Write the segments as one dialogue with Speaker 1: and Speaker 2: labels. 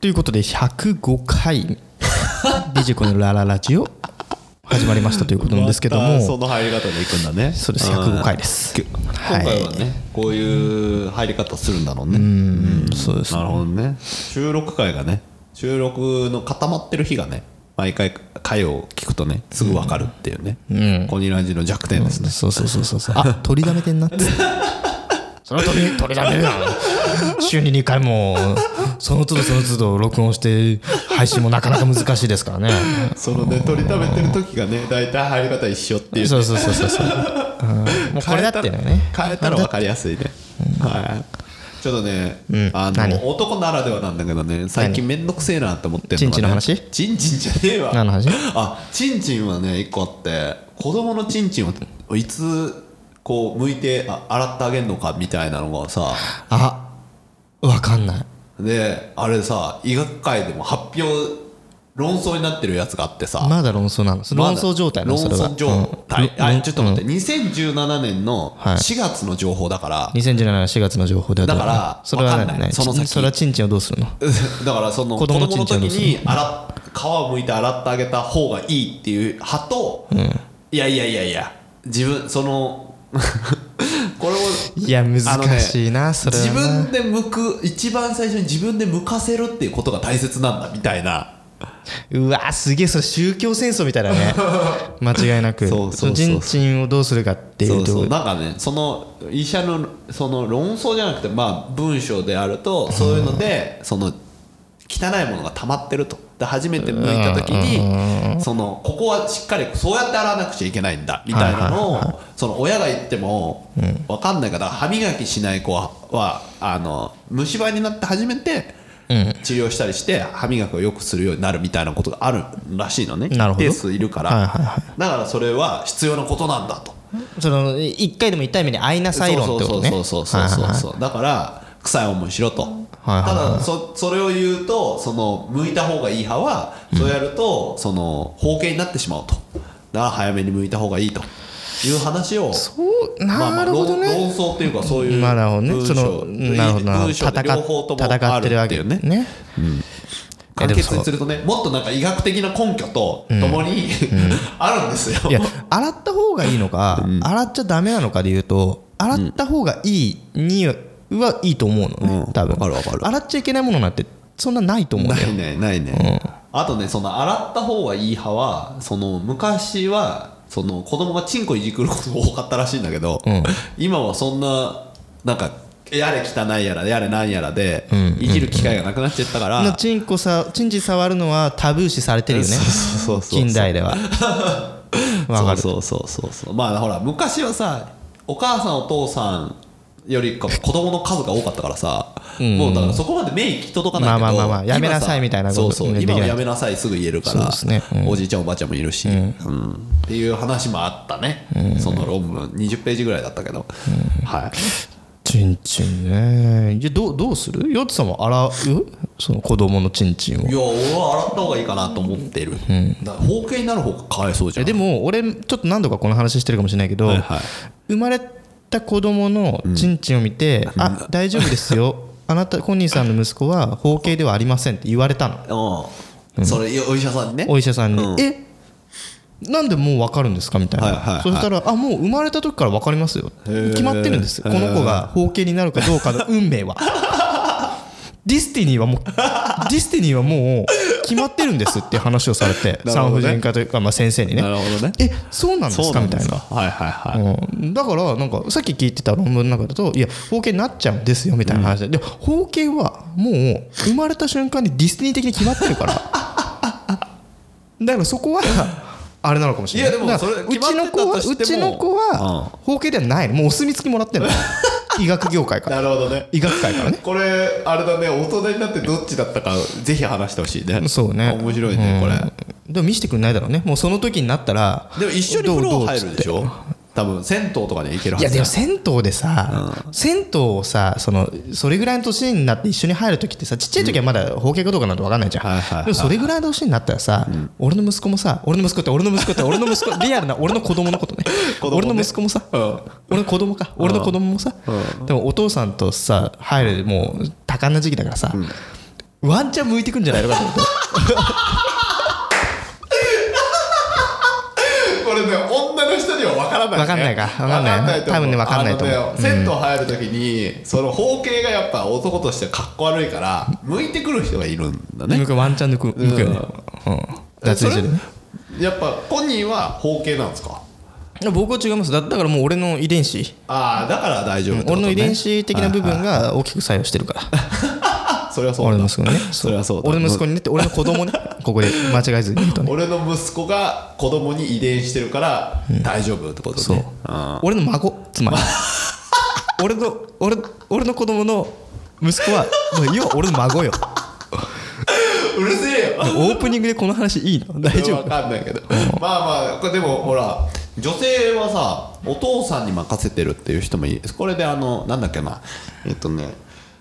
Speaker 1: ということで105回リジコのラララジオ始まりましたということなんですけど
Speaker 2: ま
Speaker 1: も
Speaker 2: たその入り方でいくんだね
Speaker 1: そうです105回です
Speaker 2: き今回はね、こういう入り方するんだろうね
Speaker 1: うんそうです
Speaker 2: なるほどね収録回がね収録の固まってる日がね毎回回を聞くとねすぐ分かるっていうね、コニラジの弱点ですね、
Speaker 1: そうそうそうそうそうあ取りだめてんな ってその取り取りだめるよ週に2回もその都度その都度録音して配信もなかなか難しいですからね
Speaker 2: そのね取りためてる時がね大体入り方一緒っていう
Speaker 1: そうそうそうそうそううんもうこれだっていうのはね
Speaker 2: 変えたら分かりやすいね、はいちょっとね、あ
Speaker 1: 何
Speaker 2: の男ならではなんだけどね最近めんどくせえなって思ってるのが、ね、
Speaker 1: チンチンの話
Speaker 2: チンチンじゃねえわ
Speaker 1: 何の話
Speaker 2: あチンチンはね一個あって子供のチンチンをいつこう剥いてあ洗ってあげるのかみたいなのがさ
Speaker 1: あわかんない
Speaker 2: であれさ医学界でも発表論争になってるやつがあってさ、
Speaker 1: まだ論争なの論争状態なの
Speaker 2: 論
Speaker 1: それは
Speaker 2: 争状態、
Speaker 1: うん
Speaker 2: あちょっと待って、2017年の
Speaker 1: はい
Speaker 2: 4月の情報だから、
Speaker 1: 2017年4月の情報ではどう
Speaker 2: だから
Speaker 1: それは
Speaker 2: わかんない
Speaker 1: 何
Speaker 2: その先
Speaker 1: それはチンチンをどうするの
Speaker 2: だからその
Speaker 1: 子
Speaker 2: 子
Speaker 1: 供
Speaker 2: 供
Speaker 1: の
Speaker 2: の
Speaker 1: チンチンをど
Speaker 2: 時
Speaker 1: うする
Speaker 2: に洗っ皮を剥いて洗ってあげた方がいいっていう派と、いやいやいやいや自分その これを
Speaker 1: いや難しいな、それは
Speaker 2: 自
Speaker 1: な
Speaker 2: 分で剥く一番最初に自分で剥かせるっていうことが大切なんだみたいな
Speaker 1: うわすげえそれ宗教戦争みたいだね間違いなく
Speaker 2: そうそうそう
Speaker 1: のチンチンをどうするかってい
Speaker 2: そうう
Speaker 1: とこ
Speaker 2: そ
Speaker 1: ろ
Speaker 2: うなんかねその医者のその論争じゃなくてまあ文章であるとそういうのでその汚いものが溜まってるとで初めて抜いた時にそのここはしっかりそうやって洗わなくちゃいけないんだみたいなのをその親が言っても分かんないから歯磨きしない子はあの虫歯になって初めて
Speaker 1: うん
Speaker 2: 治療したりして歯磨きをよくするようになるみたいなことがあるらしいのね
Speaker 1: なるほ
Speaker 2: 一
Speaker 1: ど
Speaker 2: 定数いるから、
Speaker 1: はいはいは
Speaker 2: だからそれは必要なことなんだと。
Speaker 1: その一回でも痛い目に遭いなさい論ってことね
Speaker 2: そうそうそうそうそうそう、だから臭い思いしろと、
Speaker 1: はいはいはい
Speaker 2: ただそそれを言うとその剥いた方がいい派はそうやると、その包茎になってしまうとだから早めに剥いた方がいいという話を
Speaker 1: そうなるほど
Speaker 2: まあまあ、
Speaker 1: ね
Speaker 2: 論論争というかそういう
Speaker 1: なるほどね
Speaker 2: 文
Speaker 1: そ
Speaker 2: 章
Speaker 1: のなるほどな
Speaker 2: 文章
Speaker 1: 戦
Speaker 2: で両方とも
Speaker 1: っ戦
Speaker 2: あ
Speaker 1: って
Speaker 2: る
Speaker 1: るわ
Speaker 2: って
Speaker 1: け
Speaker 2: いうね
Speaker 1: ね
Speaker 2: 簡潔にするとねもっとなんか医学的な根拠とともに、あるんですよ
Speaker 1: いや洗った方がいいのか、洗っちゃダメなのかで言うと洗った方がいいにはいいと思うのね、
Speaker 2: うん
Speaker 1: 多分
Speaker 2: わかるわかる
Speaker 1: 洗っちゃいけないものなんてそんなないと思うんだ
Speaker 2: な
Speaker 1: よ
Speaker 2: いねないね、あとねその洗った方がいい派はその昔はその子供がチンコいじくることが多かったらしいんだけど、今はそんななんかやれ汚いやらやれなんやらで、いじる機会がなくなっちゃったから、
Speaker 1: なチンコさチンチ触るのはタブー視されてるよね
Speaker 2: そうそうそうそう
Speaker 1: 近代で はわかる
Speaker 2: そうそうそうそうそうまあほら昔はさお母さんお父さんよりか子供の数が多かったからさ、もうだからそこまで目行き届かないけど
Speaker 1: まあまあまあまあやめなさいみたいなこと
Speaker 2: 今さそうそ
Speaker 1: で
Speaker 2: う
Speaker 1: きな
Speaker 2: 今
Speaker 1: い
Speaker 2: はやめなさいすぐ言えるか
Speaker 1: そう
Speaker 2: ら
Speaker 1: ですねうん
Speaker 2: おじいちゃんおばあちゃんもいるし、うんっていう話もあったね、その論文20ページぐらいだったけど、はい
Speaker 1: チンチンねいやどうどうするヨッツさんは洗うその子供のチンチンを
Speaker 2: いや俺は洗った方がいいかなと思ってる、だから包茎になる方がかわいそうじゃ
Speaker 1: え
Speaker 2: ん
Speaker 1: でも俺ちょっと何度かこの話してるかもしれないけど、
Speaker 2: はいはい
Speaker 1: 生まれた子供のチンチンを見て「あ大丈夫です よあなたコニーさんの息子は包茎ではありません」って言われたの
Speaker 2: うん、それお医者さんにね
Speaker 1: お医者さんに「
Speaker 2: うん
Speaker 1: えなんでもう分かるんですか?」みたいな、
Speaker 2: はいはいはい
Speaker 1: そしたら「あもう生まれた時から分かりますよ
Speaker 2: ー
Speaker 1: 決まってるんですこの子が包茎になるかどうかの運命は」 ディスティニーはもうディスティニーはもう決まってるんですっていう話をされて、
Speaker 2: なる
Speaker 1: 産
Speaker 2: ほど
Speaker 1: 婦
Speaker 2: ね
Speaker 1: 人科というか、まあ、先生にね
Speaker 2: なるほどね
Speaker 1: えそうなんで
Speaker 2: そ
Speaker 1: す
Speaker 2: う
Speaker 1: か
Speaker 2: な
Speaker 1: み
Speaker 2: ん
Speaker 1: た
Speaker 2: で
Speaker 1: い
Speaker 2: すか
Speaker 1: な
Speaker 2: はいはいはい、
Speaker 1: うん、だからなんかさっき聞いてた論文の中だといや包茎になっちゃうんですよみたいな話で、で包茎はもう生まれた瞬間にディスティニー的に決まってるから だからそこはあれなのかもしれない
Speaker 2: いやでも
Speaker 1: だから
Speaker 2: それ
Speaker 1: うちの子は
Speaker 2: 決ま
Speaker 1: う
Speaker 2: ってたとして
Speaker 1: ち
Speaker 2: も
Speaker 1: の子は包茎ではないのもうお墨付きもら ってんの医学業界から
Speaker 2: なるほどね
Speaker 1: 医学界からね
Speaker 2: これあれだね大人になってどっちだったかぜひ話してほしいね
Speaker 1: そうね
Speaker 2: 面白いねこれ
Speaker 1: うんでも見せてくれないだろうねもうその時になったら
Speaker 2: でも一緒に風
Speaker 1: どう
Speaker 2: 呂
Speaker 1: どう
Speaker 2: 入るでしょ多分銭湯とかに行けるはいず
Speaker 1: や
Speaker 2: だ
Speaker 1: でも銭湯でさ、銭湯をさそのそれぐらいの年になって一緒に入る時ってさちっちゃい時はまだ包茎かどうかなんて分かんないじゃん、
Speaker 2: はいはいはい
Speaker 1: でもそれぐらいの年になったらさ、俺の息子もさ俺の息子って俺の息子って俺の息 子リアルな俺の子供のことね
Speaker 2: 子供ね
Speaker 1: 俺の息子もさ、
Speaker 2: うん
Speaker 1: 俺の子供か俺の子供もさ、でもお父さんとさ入るもう多感な時期だからさ、ワンチャン向いてくんじゃないのかと思って
Speaker 2: これね女の人には分からない、ね、
Speaker 1: 分かんないか分かんない
Speaker 2: 分と思う
Speaker 1: 多分ね分かんないと思う
Speaker 2: あのね銭湯入る時に、その包茎がやっぱ男としてはかっこ悪いから向いてくる人がいるんだね
Speaker 1: 向くワンチャン抜く抜くよねうん脱衣所でね
Speaker 2: それやっぱ本人は包茎なんですか
Speaker 1: いや僕は違いますだだからもう俺の遺伝子
Speaker 2: ああだから大丈夫ってこと、
Speaker 1: 俺
Speaker 2: ね、
Speaker 1: の遺伝子的な部分が大きく作用してるから
Speaker 2: あそれはそうだ
Speaker 1: 俺の息子にね
Speaker 2: それはそうだ
Speaker 1: 俺の息子にねって俺の子供ね ここで間違えずに言うとね
Speaker 2: 俺の息子が子供に遺伝してるから大丈夫ってことね、
Speaker 1: そう
Speaker 2: あ
Speaker 1: 俺の孫つまり俺の俺俺の子供の息子はもう要は俺の孫よ
Speaker 2: ーうるせえよ
Speaker 1: オープニングでこの話いいの大丈
Speaker 2: わ
Speaker 1: 夫
Speaker 2: かんないけどまあまあこれでもほら女性はさお父さんに任せてるっていう人もいいですこれであのなんだっけなえっとね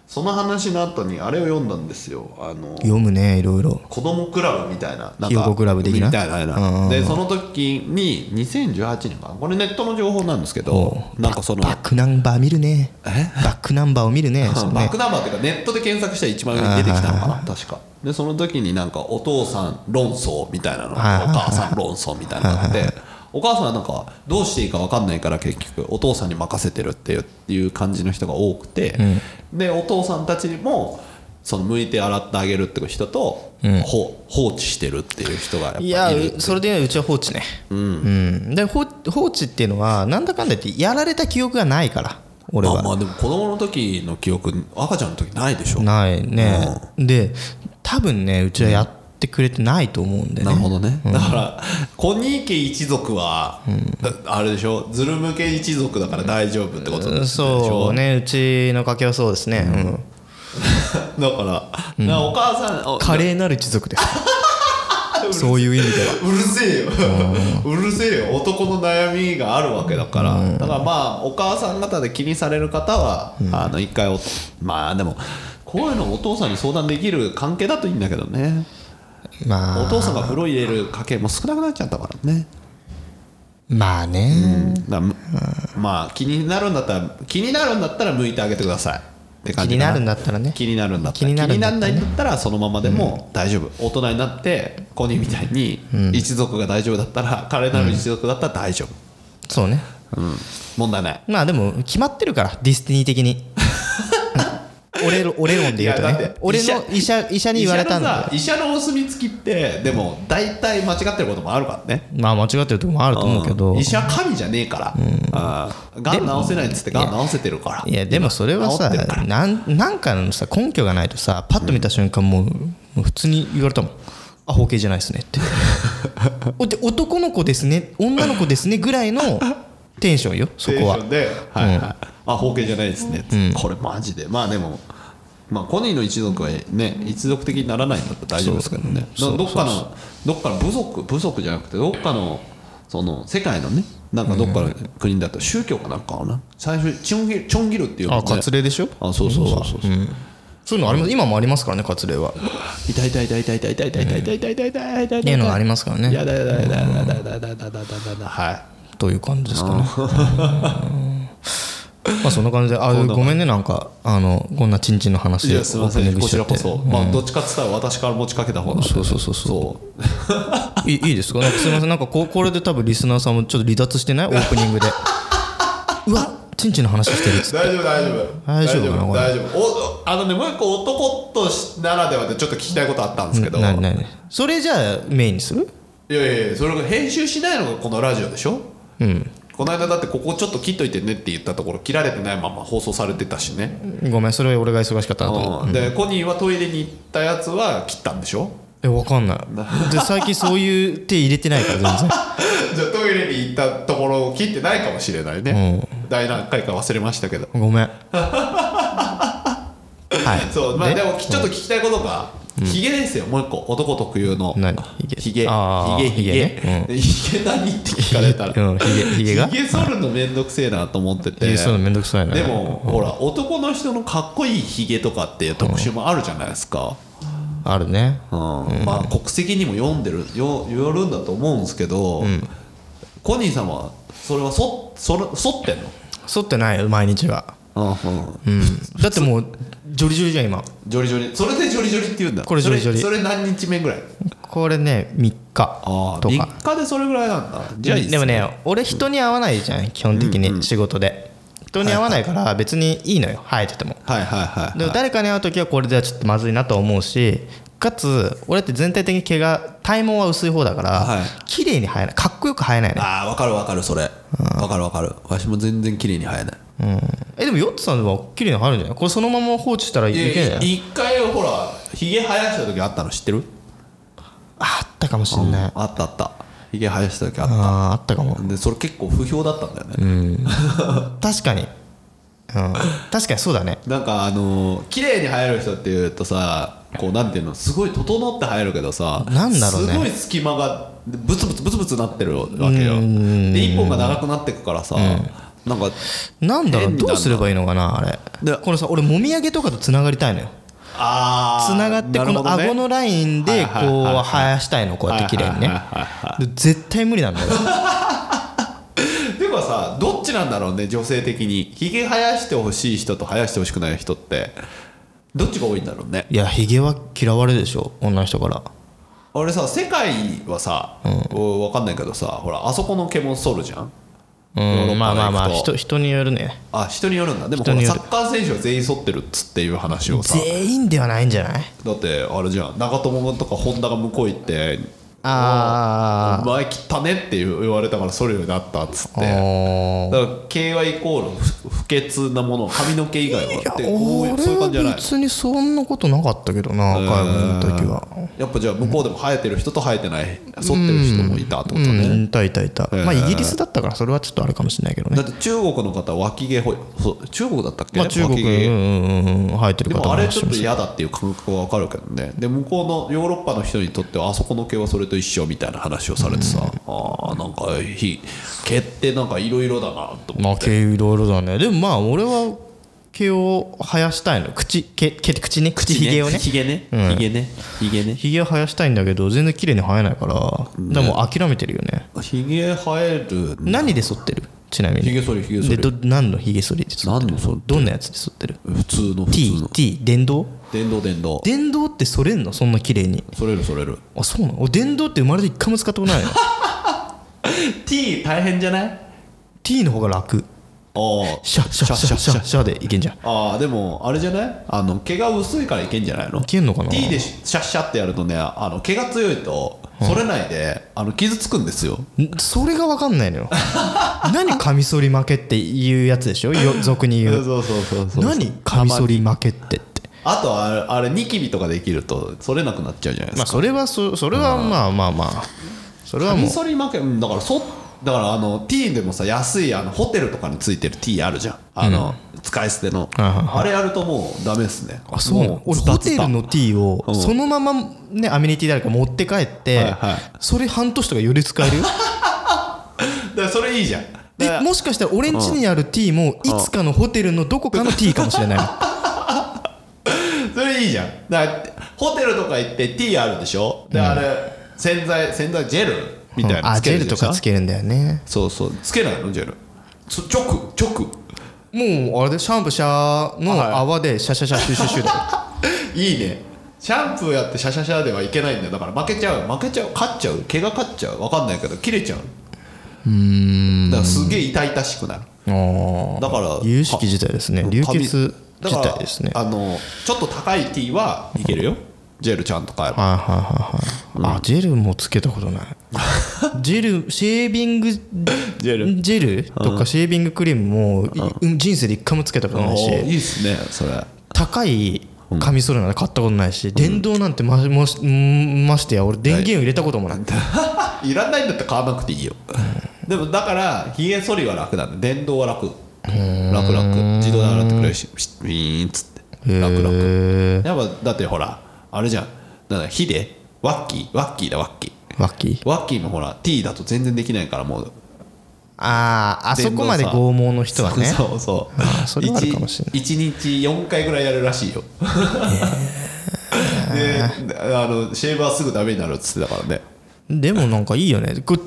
Speaker 2: その話の後にあれを読んだんですよあの
Speaker 1: 読むねいろいろ
Speaker 2: 子供クラブみたいななんか
Speaker 1: ひよこクラブ的な
Speaker 2: みたいな
Speaker 1: うんうん
Speaker 2: でその時に2018年かなこれネットの情報なんですけど
Speaker 1: お
Speaker 2: なんかその
Speaker 1: バックナンバー見るねバックナンバーを見るねその
Speaker 2: バッ
Speaker 1: ね
Speaker 2: クナンバーっていうかネットで検索したら一番上に出てきたのかな確かでその時になんかお父さん論争みたいなのお
Speaker 1: はいはいはい
Speaker 2: 母さん論争みたいなのがあってお母さんはなんかどうしていいか分かんないから結局お父さんに任せてるっていういう感じの人が多くて、でお父さんたちにもその向いて洗ってあげるっていう人と、ほ放置してるっていう人がやっぱ
Speaker 1: いや
Speaker 2: いる
Speaker 1: うそれでうちは放置ねうん、で放放置っていうのはなんだかんだ言ってやられた記憶がないから俺
Speaker 2: まあ
Speaker 1: は
Speaker 2: まあでも子供の時の記憶赤ちゃんの時ないでしょな
Speaker 1: ないねで多分ねうちはやってくれてないと思うんでね
Speaker 2: るほどね、だからコニー家一族は、あれでしょズルム家一族だから大丈夫ってことでしょ
Speaker 1: そうねうちの家系はそうですね、うん
Speaker 2: だから、なお母さんお
Speaker 1: 華麗なる一族です そういう意味では
Speaker 2: うるせえようるせえよ男の悩みがあるわけだから、だからまあお母さん方で気にされる方は、あの一回おまあでもこういうのお父さんに相談できる関係だといいんだけどね
Speaker 1: まあ
Speaker 2: お父さんが風呂入れる家系も少なくなっちゃったからね
Speaker 1: まあね、
Speaker 2: だむまあ気になるんだったら気になるんだったら向いてあげてくださいって感
Speaker 1: 気
Speaker 2: じ
Speaker 1: に
Speaker 2: か
Speaker 1: なるんだったらね
Speaker 2: 気になるんだった
Speaker 1: 気
Speaker 2: ら
Speaker 1: に
Speaker 2: 気
Speaker 1: なる
Speaker 2: に
Speaker 1: ん
Speaker 2: な
Speaker 1: だ
Speaker 2: ら
Speaker 1: ったらね
Speaker 2: ないんだったらそのままでも大丈夫大人になってコニーみたいに一族が大丈夫だったら彼なる一族だったら大丈夫
Speaker 1: そうね
Speaker 2: 問題ない
Speaker 1: まあでも決まってるからディスティニー的に俺の俺論で言うと
Speaker 2: いやだって
Speaker 1: ね俺の医者医者に言われたんだよ
Speaker 2: 医者のさ医者のお墨付きってでも大体間違ってることもあるからね
Speaker 1: まあ間違ってるとこもあると思うけど、
Speaker 2: ん医
Speaker 1: い
Speaker 2: 者神じゃねえからあーがん治せないっつってがん治せてるから
Speaker 1: やでもそれはさ
Speaker 2: 治ってるから
Speaker 1: なんなんかのさ根拠がないとさパッと見た瞬間もう,、普通に言われたもんあ包茎じゃないですねって おで男の子ですね女の子ですねぐらいのテンショ ンよそこ
Speaker 2: テンショ
Speaker 1: は
Speaker 2: ンで、はいはいあ包茎じゃないですね、これマジでまあでもまあコニーの一族はね一族的にならないんだったら大丈夫ですけどね
Speaker 1: そう
Speaker 2: などっかのどっかの部族部族じゃなくてどっかのその世界のねなんかどっかの国だと宗教かなんかかな最初チョンギルチョンギルっていうの
Speaker 1: あ
Speaker 2: ね
Speaker 1: 割礼でしょ
Speaker 2: あそうそうそうそう
Speaker 1: そういうのあります今もありますからね割礼は
Speaker 2: 痛い痛い痛い痛い痛い痛い痛い痛い痛い痛い痛い痛い痛い
Speaker 1: っていうのはありますからね
Speaker 2: やだやだやだやだやだやだやだやだやだはい
Speaker 1: という感じですかね。 うんまあそんな感じで、あごめんね、なんか、あのこんなちんちんの話
Speaker 2: い
Speaker 1: でオ
Speaker 2: やすみま
Speaker 1: ー
Speaker 2: せ
Speaker 1: プニン
Speaker 2: ん
Speaker 1: グ
Speaker 2: こ
Speaker 1: し
Speaker 2: ち
Speaker 1: ちゃ
Speaker 2: ら
Speaker 1: って
Speaker 2: こ、そ、まあどっちかっつったら私から持ちかけた方が
Speaker 1: そうそうそうそう
Speaker 2: そう
Speaker 1: いいいですか、なんかすみません、なんかここれで多分リスナーさんもちょっと離脱してない、オープニングで。うわちんちんの話してるっつって
Speaker 2: 大丈夫大丈夫
Speaker 1: 大丈夫かなこれ
Speaker 2: 大丈夫おあのねもう一個男としならではでちょっと聞きたいことあったんですけどい
Speaker 1: な
Speaker 2: や
Speaker 1: になにそれじゃあメインにする
Speaker 2: いやいやそれが編集しないのがこのラジオでしょうんこの間だってここちょっと切っといてねって言ったところ切られてないまま放送されてたしね、
Speaker 1: ごめん、それは俺が忙しかったなと思う。
Speaker 2: うん、でコニーはトイレに行ったやつは切ったんでしょ
Speaker 1: え、わかんない。で、最近そういう手入れてないから、全
Speaker 2: じゃあトイレに行ったところを切ってないかもしれないね、第何回か忘れましたけど
Speaker 1: 然。ごめん。はい。
Speaker 2: そうまあ
Speaker 1: で
Speaker 2: でもちょっと聞きたいことが、ヒゲですよもう一個男特有の
Speaker 1: 何
Speaker 2: ヒ
Speaker 1: ヒ
Speaker 2: ゲ
Speaker 1: ゲ
Speaker 2: ヒゲ
Speaker 1: あー
Speaker 2: ヒゲ
Speaker 1: ヒゲね
Speaker 2: ヒゲ何って聞かれたら
Speaker 1: うん、ひげ、ひげが。
Speaker 2: ヒゲ剃るのめんどくせえなと思ってて
Speaker 1: えそういうのめんどくさいな
Speaker 2: でもほら男の人のかっこいいヒゲとかっていう特集もあるじゃないですか、
Speaker 1: あるね
Speaker 2: うんまあ国籍にも読んでるよよるんだと思うんですけど、コニーさんはそれはそそれ剃ってんの
Speaker 1: 剃ってないよ毎日は
Speaker 2: あうん
Speaker 1: うん、だってもうジョリジョリじゃん今
Speaker 2: ジョリジョリそれでジョリジョリって言うんだ
Speaker 1: これジョリジョリ
Speaker 2: それそれ何日目ぐらい
Speaker 1: これね3日
Speaker 2: ああ
Speaker 1: と
Speaker 2: 3
Speaker 1: か
Speaker 2: 日でそれぐらいなんだじゃあいいっす
Speaker 1: でもね俺人に会わないじゃん基本的に仕事で人に会わないから別にいいのよ生えてても
Speaker 2: はいはいはい
Speaker 1: でも誰かに会う時はこれではちょっとまずいなと思うしかつ俺って全体的に毛が体毛は薄い方だから、
Speaker 2: はい
Speaker 1: 綺麗に生えないかっこよく生えないね
Speaker 2: ああ分かる分かるそれ分かる分かるわしも全然綺麗に生えない
Speaker 1: えでもヨッツさんは綺麗に生えるんじゃないこれそのまま放置したらいけんじゃない
Speaker 2: 一回ほらひげ生やした時あったの知ってる
Speaker 1: ああったかもしんない、あ
Speaker 2: あったあったひげ生やした時あっ
Speaker 1: ああったかも
Speaker 2: たでそれ結構不評だったんだよね、
Speaker 1: 確かに、うん、確かにそうだね
Speaker 2: なんかあのー綺麗に生える人っていうとさこうなんていうのすごい整って生えるけどさ
Speaker 1: なんだろうね
Speaker 2: すごい隙間がブツブツブツブツなってるわけよで一本が長くなってくからさ、なんか
Speaker 1: なんだろ
Speaker 2: 変
Speaker 1: う
Speaker 2: になるな
Speaker 1: どうすればいいのかなあれ
Speaker 2: で
Speaker 1: このさ俺もみあげとかとつながりたいのよ
Speaker 2: あ
Speaker 1: つ
Speaker 2: ー
Speaker 1: ながって
Speaker 2: な
Speaker 1: こ
Speaker 2: るほ
Speaker 1: の
Speaker 2: どね
Speaker 1: 顎のラインでこう
Speaker 2: はいはいはいはい
Speaker 1: 生やしたいのこうやって綺麗にね
Speaker 2: はいはい
Speaker 1: で絶対無理なんだよ
Speaker 2: でもさどっちなんだろうね女性的にひげ生やしてほしい人と生やしてほしくない人ってどっちが多いんだろうね
Speaker 1: いやヒゲは嫌われるでしょ女の人から
Speaker 2: 俺さ世界はさ、分かんないけどさほらあそこの毛も剃るじゃんヨーロ
Speaker 1: うん
Speaker 2: ッ
Speaker 1: まあ
Speaker 2: パの
Speaker 1: まあまあ
Speaker 2: 行くと
Speaker 1: 人人によるね
Speaker 2: あ人によるんだでもほ
Speaker 1: 人
Speaker 2: ら
Speaker 1: によ
Speaker 2: サ
Speaker 1: る
Speaker 2: ッカー選手は全員剃ってるっつっていう話をさ
Speaker 1: 全員ではないんじゃない
Speaker 2: だってあれじゃん長友とか本田が向こう行って「
Speaker 1: あ
Speaker 2: お前切ったね」って言われたから剃るようになったっつっ
Speaker 1: あ
Speaker 2: てだから毛はイコール不不潔なもの髪の毛以外はってこういう
Speaker 1: 俺
Speaker 2: そうい
Speaker 1: は
Speaker 2: う感じじゃない
Speaker 1: 別にそんなことなかったけどな海外の時は
Speaker 2: やっぱじゃあ向こうでも生えてる人と生えてない剃ってる人もいたってこと
Speaker 1: う
Speaker 2: ね、
Speaker 1: んいたいたいた
Speaker 2: えー
Speaker 1: まあイギリスだったからそれはちょっとあれかもしれないけどね
Speaker 2: だって中国の方は脇毛ほそう中国だったっけ、
Speaker 1: まあ中国
Speaker 2: 脇
Speaker 1: うん
Speaker 2: 毛
Speaker 1: うんうんうん生えてる
Speaker 2: で
Speaker 1: 方
Speaker 2: も
Speaker 1: も
Speaker 2: あ
Speaker 1: い
Speaker 2: れ
Speaker 1: らっ
Speaker 2: ち
Speaker 1: しゃ
Speaker 2: ょっ
Speaker 1: る
Speaker 2: と
Speaker 1: し
Speaker 2: 嫌だっていう感覚はわかるけどねで向こうのヨーロッパの人にとってはあそこの毛はそれと一緒みたいな話をされてさ、ああなんかひ毛ってなんかいろいろだなと思
Speaker 1: まあ毛いろいろだねでもまあ俺は毛を生やしたいの口毛毛って口ね口ひげを ね
Speaker 2: ひげねひげねひげね
Speaker 1: ひげを生やしたいんだけど全然綺麗に生えないから、でもう諦めてるよね
Speaker 2: ひげ生える
Speaker 1: 何で剃ってるちなみ
Speaker 2: ひ
Speaker 1: に
Speaker 2: げ剃りひげ剃
Speaker 1: で
Speaker 2: り
Speaker 1: ど何のひげ剃りで剃って
Speaker 2: 何
Speaker 1: る
Speaker 2: のそれ
Speaker 1: どんなやつで剃ってる
Speaker 2: 普通の普通の
Speaker 1: ?TT 電動
Speaker 2: 電動電動
Speaker 1: 電動って剃れんのそんな綺麗に
Speaker 2: それるそれる
Speaker 1: あそうなの俺電動って生まれて一回も使ったことないの
Speaker 2: T 大変じゃない
Speaker 1: T の方が楽
Speaker 2: ああ
Speaker 1: シャシャシャシャシャでいけんじゃん
Speaker 2: ああでもあれじゃないあの毛が薄いからいけんじゃないの
Speaker 1: いけんのかな
Speaker 2: T でシャッシャってやるとねあの毛が強いとそれないで、あの傷つくんですよ
Speaker 1: んそれが分かんないのよ 何カミソリ負けっていうやつでしょよ俗に言う
Speaker 2: そうそうそう
Speaker 1: 何カミソリ負けってって
Speaker 2: あとあれあれニキビとかできるとそれなくなっちゃうじゃないで
Speaker 1: ますあ
Speaker 2: か、
Speaker 1: それはそそれはまあまあまあそれは
Speaker 2: カ
Speaker 1: も
Speaker 2: ミ
Speaker 1: う
Speaker 2: ソリ負けうんだからそだからあの T でもさ安いあのホテルとかについてる T あるじゃんあの、使い捨ての
Speaker 1: はいはい
Speaker 2: あれやるともうダメですね
Speaker 1: あそうな
Speaker 2: も
Speaker 1: の俺
Speaker 2: ズタ
Speaker 1: ホ
Speaker 2: ズ
Speaker 1: テ
Speaker 2: タ
Speaker 1: ルの T を
Speaker 2: ん
Speaker 1: そのままねアメニティ誰か持って帰って、
Speaker 2: はいはい
Speaker 1: それ半年とかより使 えるよ
Speaker 2: だからそれいいじゃんだか
Speaker 1: で
Speaker 2: ら
Speaker 1: もしかしたら俺ん家にある T もいつかのホテルのどこかの T かもしれないの
Speaker 2: それいいじゃんだからホテルとか行って T あるでしょで、あれ洗剤洗剤ジェル みたいな
Speaker 1: あ
Speaker 2: のつ
Speaker 1: ジ
Speaker 2: け
Speaker 1: ェ
Speaker 2: る
Speaker 1: ル
Speaker 2: で
Speaker 1: と
Speaker 2: しょ
Speaker 1: かつけるんだよね
Speaker 2: そうそうつけないのジェルそ直直
Speaker 1: もうあれでシャンプーシャーの泡でシャシャシャシュシュシュだよ
Speaker 2: いいねシャンプーやってシャシャシャではいけないんだよだから負けちゃう負けちゃう勝っちゃう毛が勝っちゃう分かんないけど切れちゃううんだからすげえ痛々しくなる
Speaker 1: あ
Speaker 2: だから
Speaker 1: あ有識自体ですね流血
Speaker 2: だ
Speaker 1: 自
Speaker 2: から
Speaker 1: 体ですねは
Speaker 2: あのちょっと高い T はいけるよジェルちゃんと買えば
Speaker 1: いはいはいはいあジェルもつけた ことないジェルシェービングジ
Speaker 2: ジェ
Speaker 1: ェルとかシェービングクリームもい人生で一回もつけたこと
Speaker 2: お
Speaker 1: ない
Speaker 2: ーい
Speaker 1: し
Speaker 2: いっすねそれ
Speaker 1: 高いカミソリなんて買ったことないし電動なんてましもしんましてや俺電源を入れたこともない
Speaker 2: いらないんだったら買わなくていいよでもだからひげ剃りは楽だね電動は楽楽楽自動で洗ってくれるしピシッピーンっつって楽楽
Speaker 1: へえ
Speaker 2: やっぱだってほらあれじゃんなんだ火でワッキーワッキーだワッキー
Speaker 1: ワッキー
Speaker 2: ワッキーもほら T だと全然できないからもう
Speaker 1: あああそこまで
Speaker 2: 電動
Speaker 1: 剛毛の人はね
Speaker 2: そうそう
Speaker 1: あーそれはあるかもしれない
Speaker 2: 1日4回ぐらいやるらしいよ であのシェーバーすぐダメになるっつってたからね
Speaker 1: でもなんかいいよねこう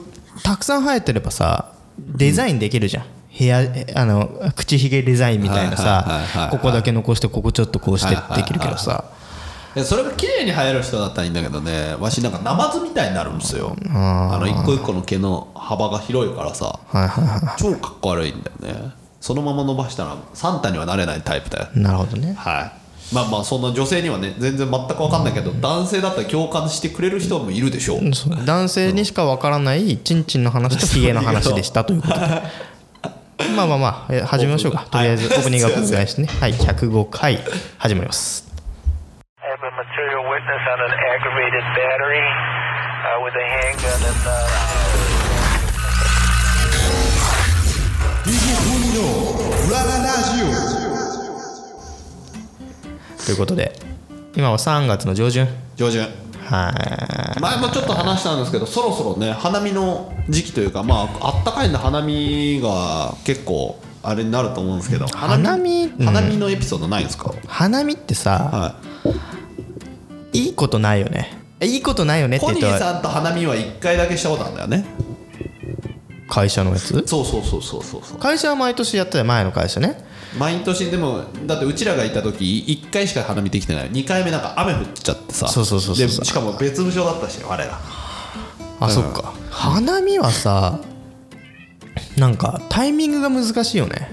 Speaker 1: たくさん生えてればさデザインできるじゃん、ヘアえあの口ひげデザインみたいな
Speaker 2: はいはいはいはいは
Speaker 1: さ
Speaker 2: い
Speaker 1: ここだけ残してここちょっとこうして
Speaker 2: はいはいはい
Speaker 1: できるけどさ
Speaker 2: いやそれが綺麗に生える人だったらいいんだけどねわしなんかナマズみたいになるんですよあの一個一個の毛の幅が広いからさ
Speaker 1: はいはいは
Speaker 2: 超かっこ悪いんだよねそのまま伸ばしたらサンタにはなれないタイプだよ
Speaker 1: いなるほどね
Speaker 2: はいまあまあそんな女性にはね全然全く分かんないけど男性だったら共感してくれる人もいるでしょう
Speaker 1: そう男性にしかわからないチンチンの話とヒゲの話でしたということ でまあまあまあえ始めましょうかとりあえずオープニングアップお願い してねはい105回始まります。
Speaker 3: I have a material witness on an aggravated battery uh, with a handgun and. Uh,
Speaker 4: DJ トミのラララジオ
Speaker 1: ということで今は3月の上旬
Speaker 2: 上旬
Speaker 1: は
Speaker 2: 前もちょっと話したんですけどそろそろね花見の時期というかまああったかいんで花見が結構あれになると思うんですけど
Speaker 1: 花見うん
Speaker 2: 花見のエピソードないんですか、
Speaker 1: い花見ってさ
Speaker 2: はい
Speaker 1: いことないよねえいいことないよね
Speaker 2: い、
Speaker 1: って
Speaker 2: コ
Speaker 1: 言っ
Speaker 2: ニ
Speaker 1: た
Speaker 2: ー
Speaker 1: ら
Speaker 2: さんと花見は1回だけしたことあるんだよね
Speaker 1: 会社のやつ
Speaker 2: そうそうそうそうそうそう
Speaker 1: 会社は毎年やってたよ前の会社ね
Speaker 2: 毎年でもだってうちらがいた時1回しか花見できてない2回目なんか雨降っちゃってさ
Speaker 1: そうそうそうそう
Speaker 2: でしかも別部署だったし我ら
Speaker 1: あそっか花見はさなんかタイミングが難しいよね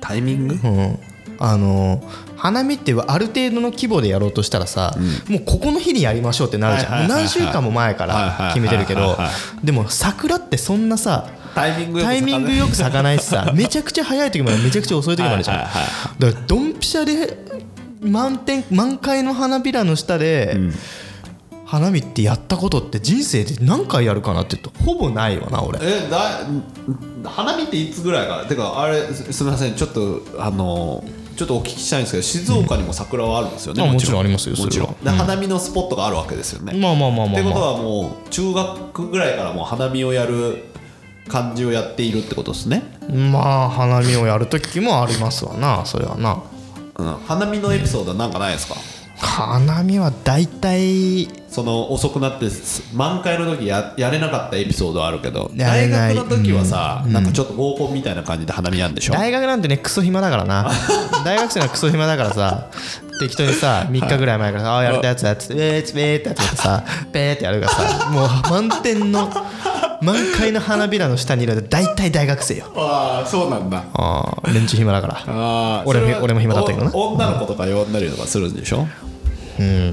Speaker 2: タイミング、
Speaker 1: うんあの花見ってある程度の規模でやろうとしたらさ、もうここの日にやりましょうってなるじゃん、
Speaker 2: はいはいはいはい
Speaker 1: もう何週間も前か
Speaker 2: はいはいはい
Speaker 1: ら
Speaker 2: はい
Speaker 1: 決めてるけ
Speaker 2: はい
Speaker 1: ど
Speaker 2: はいは
Speaker 1: でも桜ってそんなさ
Speaker 2: タイミングよく
Speaker 1: タイ
Speaker 2: 咲かない
Speaker 1: ミングよく咲かないし さめちゃくちゃ早い時もあるめちゃくちゃ遅い時もあるじゃん、
Speaker 2: はいはいは
Speaker 1: だからドンピシャで満点満開の花びらの下で、花見ってやったことって人生で何回やるかなって言うとほぼないわな俺
Speaker 2: えだ花見っていつぐらいからてかあれすすみませんちょっとあのちょっとお聞きしたいんですけど静岡にも桜はあるんですよね、
Speaker 1: まあもちろんありますよ
Speaker 2: もちろん
Speaker 1: そ
Speaker 2: で花見のスポットがあるわけですよね、
Speaker 1: まあまあまあまあ、まあ、
Speaker 2: ってことはもう中学ぐらいからもう花見をやる感じをやっているってことですね、
Speaker 1: まあ花見をやる時もありますわなそれはな
Speaker 2: うん、花見のエピソードなんかないですか
Speaker 1: 花見は大体
Speaker 2: その遅くなってす満開の時ややれなかったエピソードはあるけど
Speaker 1: やれ
Speaker 2: 大
Speaker 1: ない
Speaker 2: 学の時はさ、なんかちょっと合コンみたいな感じで花見やんでしょ
Speaker 1: 大学なんてねクソ暇だからな 大学生はクソ暇だからさ適当にさ3日ぐらい前からさ「ああやれたやつやつえーつべーってやつやってさペーってやるから さもう満点の満開の花びらの下にいるの大体大学生よ
Speaker 2: ああそうなんだ
Speaker 1: ああ連中暇だから
Speaker 2: あー
Speaker 1: 俺も
Speaker 2: それは
Speaker 1: 俺も暇だったけどな
Speaker 2: お女の子とか呼んだりとかするんでしょ、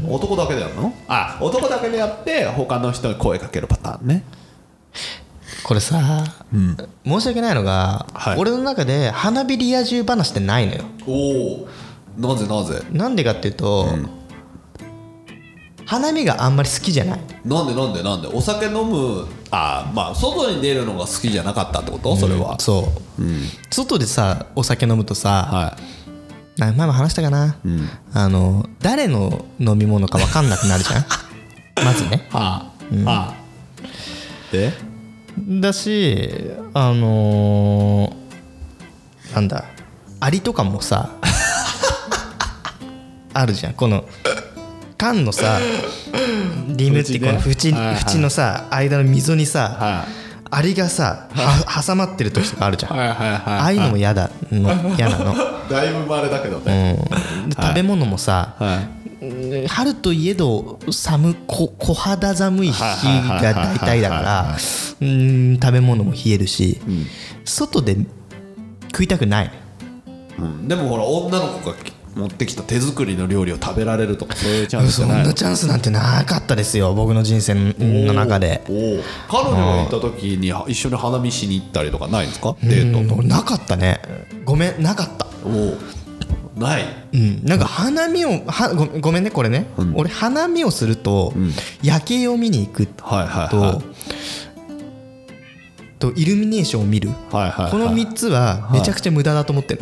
Speaker 2: 男だけでやるのあ男だけでやって他の人に声かけるパターンね
Speaker 1: これさ、申し訳ないのが、
Speaker 2: はい
Speaker 1: 俺の中で花火リア充話ってないのよ
Speaker 2: おおなぜなぜ
Speaker 1: なんでかっていうと、花見があんまり好きじゃない
Speaker 2: なんでなんでなんでお酒飲むあーまあ外に出るのが好きじゃなかったってことそれは、
Speaker 1: そう、外でさお酒飲むとさ、
Speaker 2: は
Speaker 1: な前も話したかな、あの誰の飲み物か分かんなくなるじ ゃんまずね
Speaker 2: いはあ、はあで
Speaker 1: だしあのーなんだアリとかも さあるじゃんこの缶のさリムってこの
Speaker 2: 縁
Speaker 1: 縁,、
Speaker 2: ねはいはい
Speaker 1: 縁のさ間の溝にさ、
Speaker 2: は
Speaker 1: アリがさ は挟まってる時とかあるじゃん、
Speaker 2: いはいはい
Speaker 1: ああいうのも嫌だの嫌なの、
Speaker 2: だいぶあれだけど
Speaker 1: う
Speaker 2: ね、
Speaker 1: んで食べ物もさ、
Speaker 2: はい
Speaker 1: うん春といえど寒こ小肌寒い日
Speaker 2: はいは
Speaker 1: が
Speaker 2: いはいは
Speaker 1: 大
Speaker 2: い
Speaker 1: 体だからうん食べ物も冷えるし、外で食いたくない
Speaker 2: うん、でもほら女の子が持ってきた手作りの料理を食べられるとかそういうチャンスじ
Speaker 1: そ
Speaker 2: ゃ
Speaker 1: ん
Speaker 2: ない
Speaker 1: なチャンスなんてなかったですよ僕の人生の中で
Speaker 2: おー彼女がいた時に一緒に花見しに行ったりとかないんですかデートと
Speaker 1: 俺なかったねごめんなかった
Speaker 2: おーない
Speaker 1: うん、なんか花見をはごごめんねこれね、俺花見をすると、夜景を見に行くと、
Speaker 2: はいはいはい
Speaker 1: とイルミネーションを見る、
Speaker 2: はいはいはい
Speaker 1: この3つはめちゃくちゃ無駄だと思って る、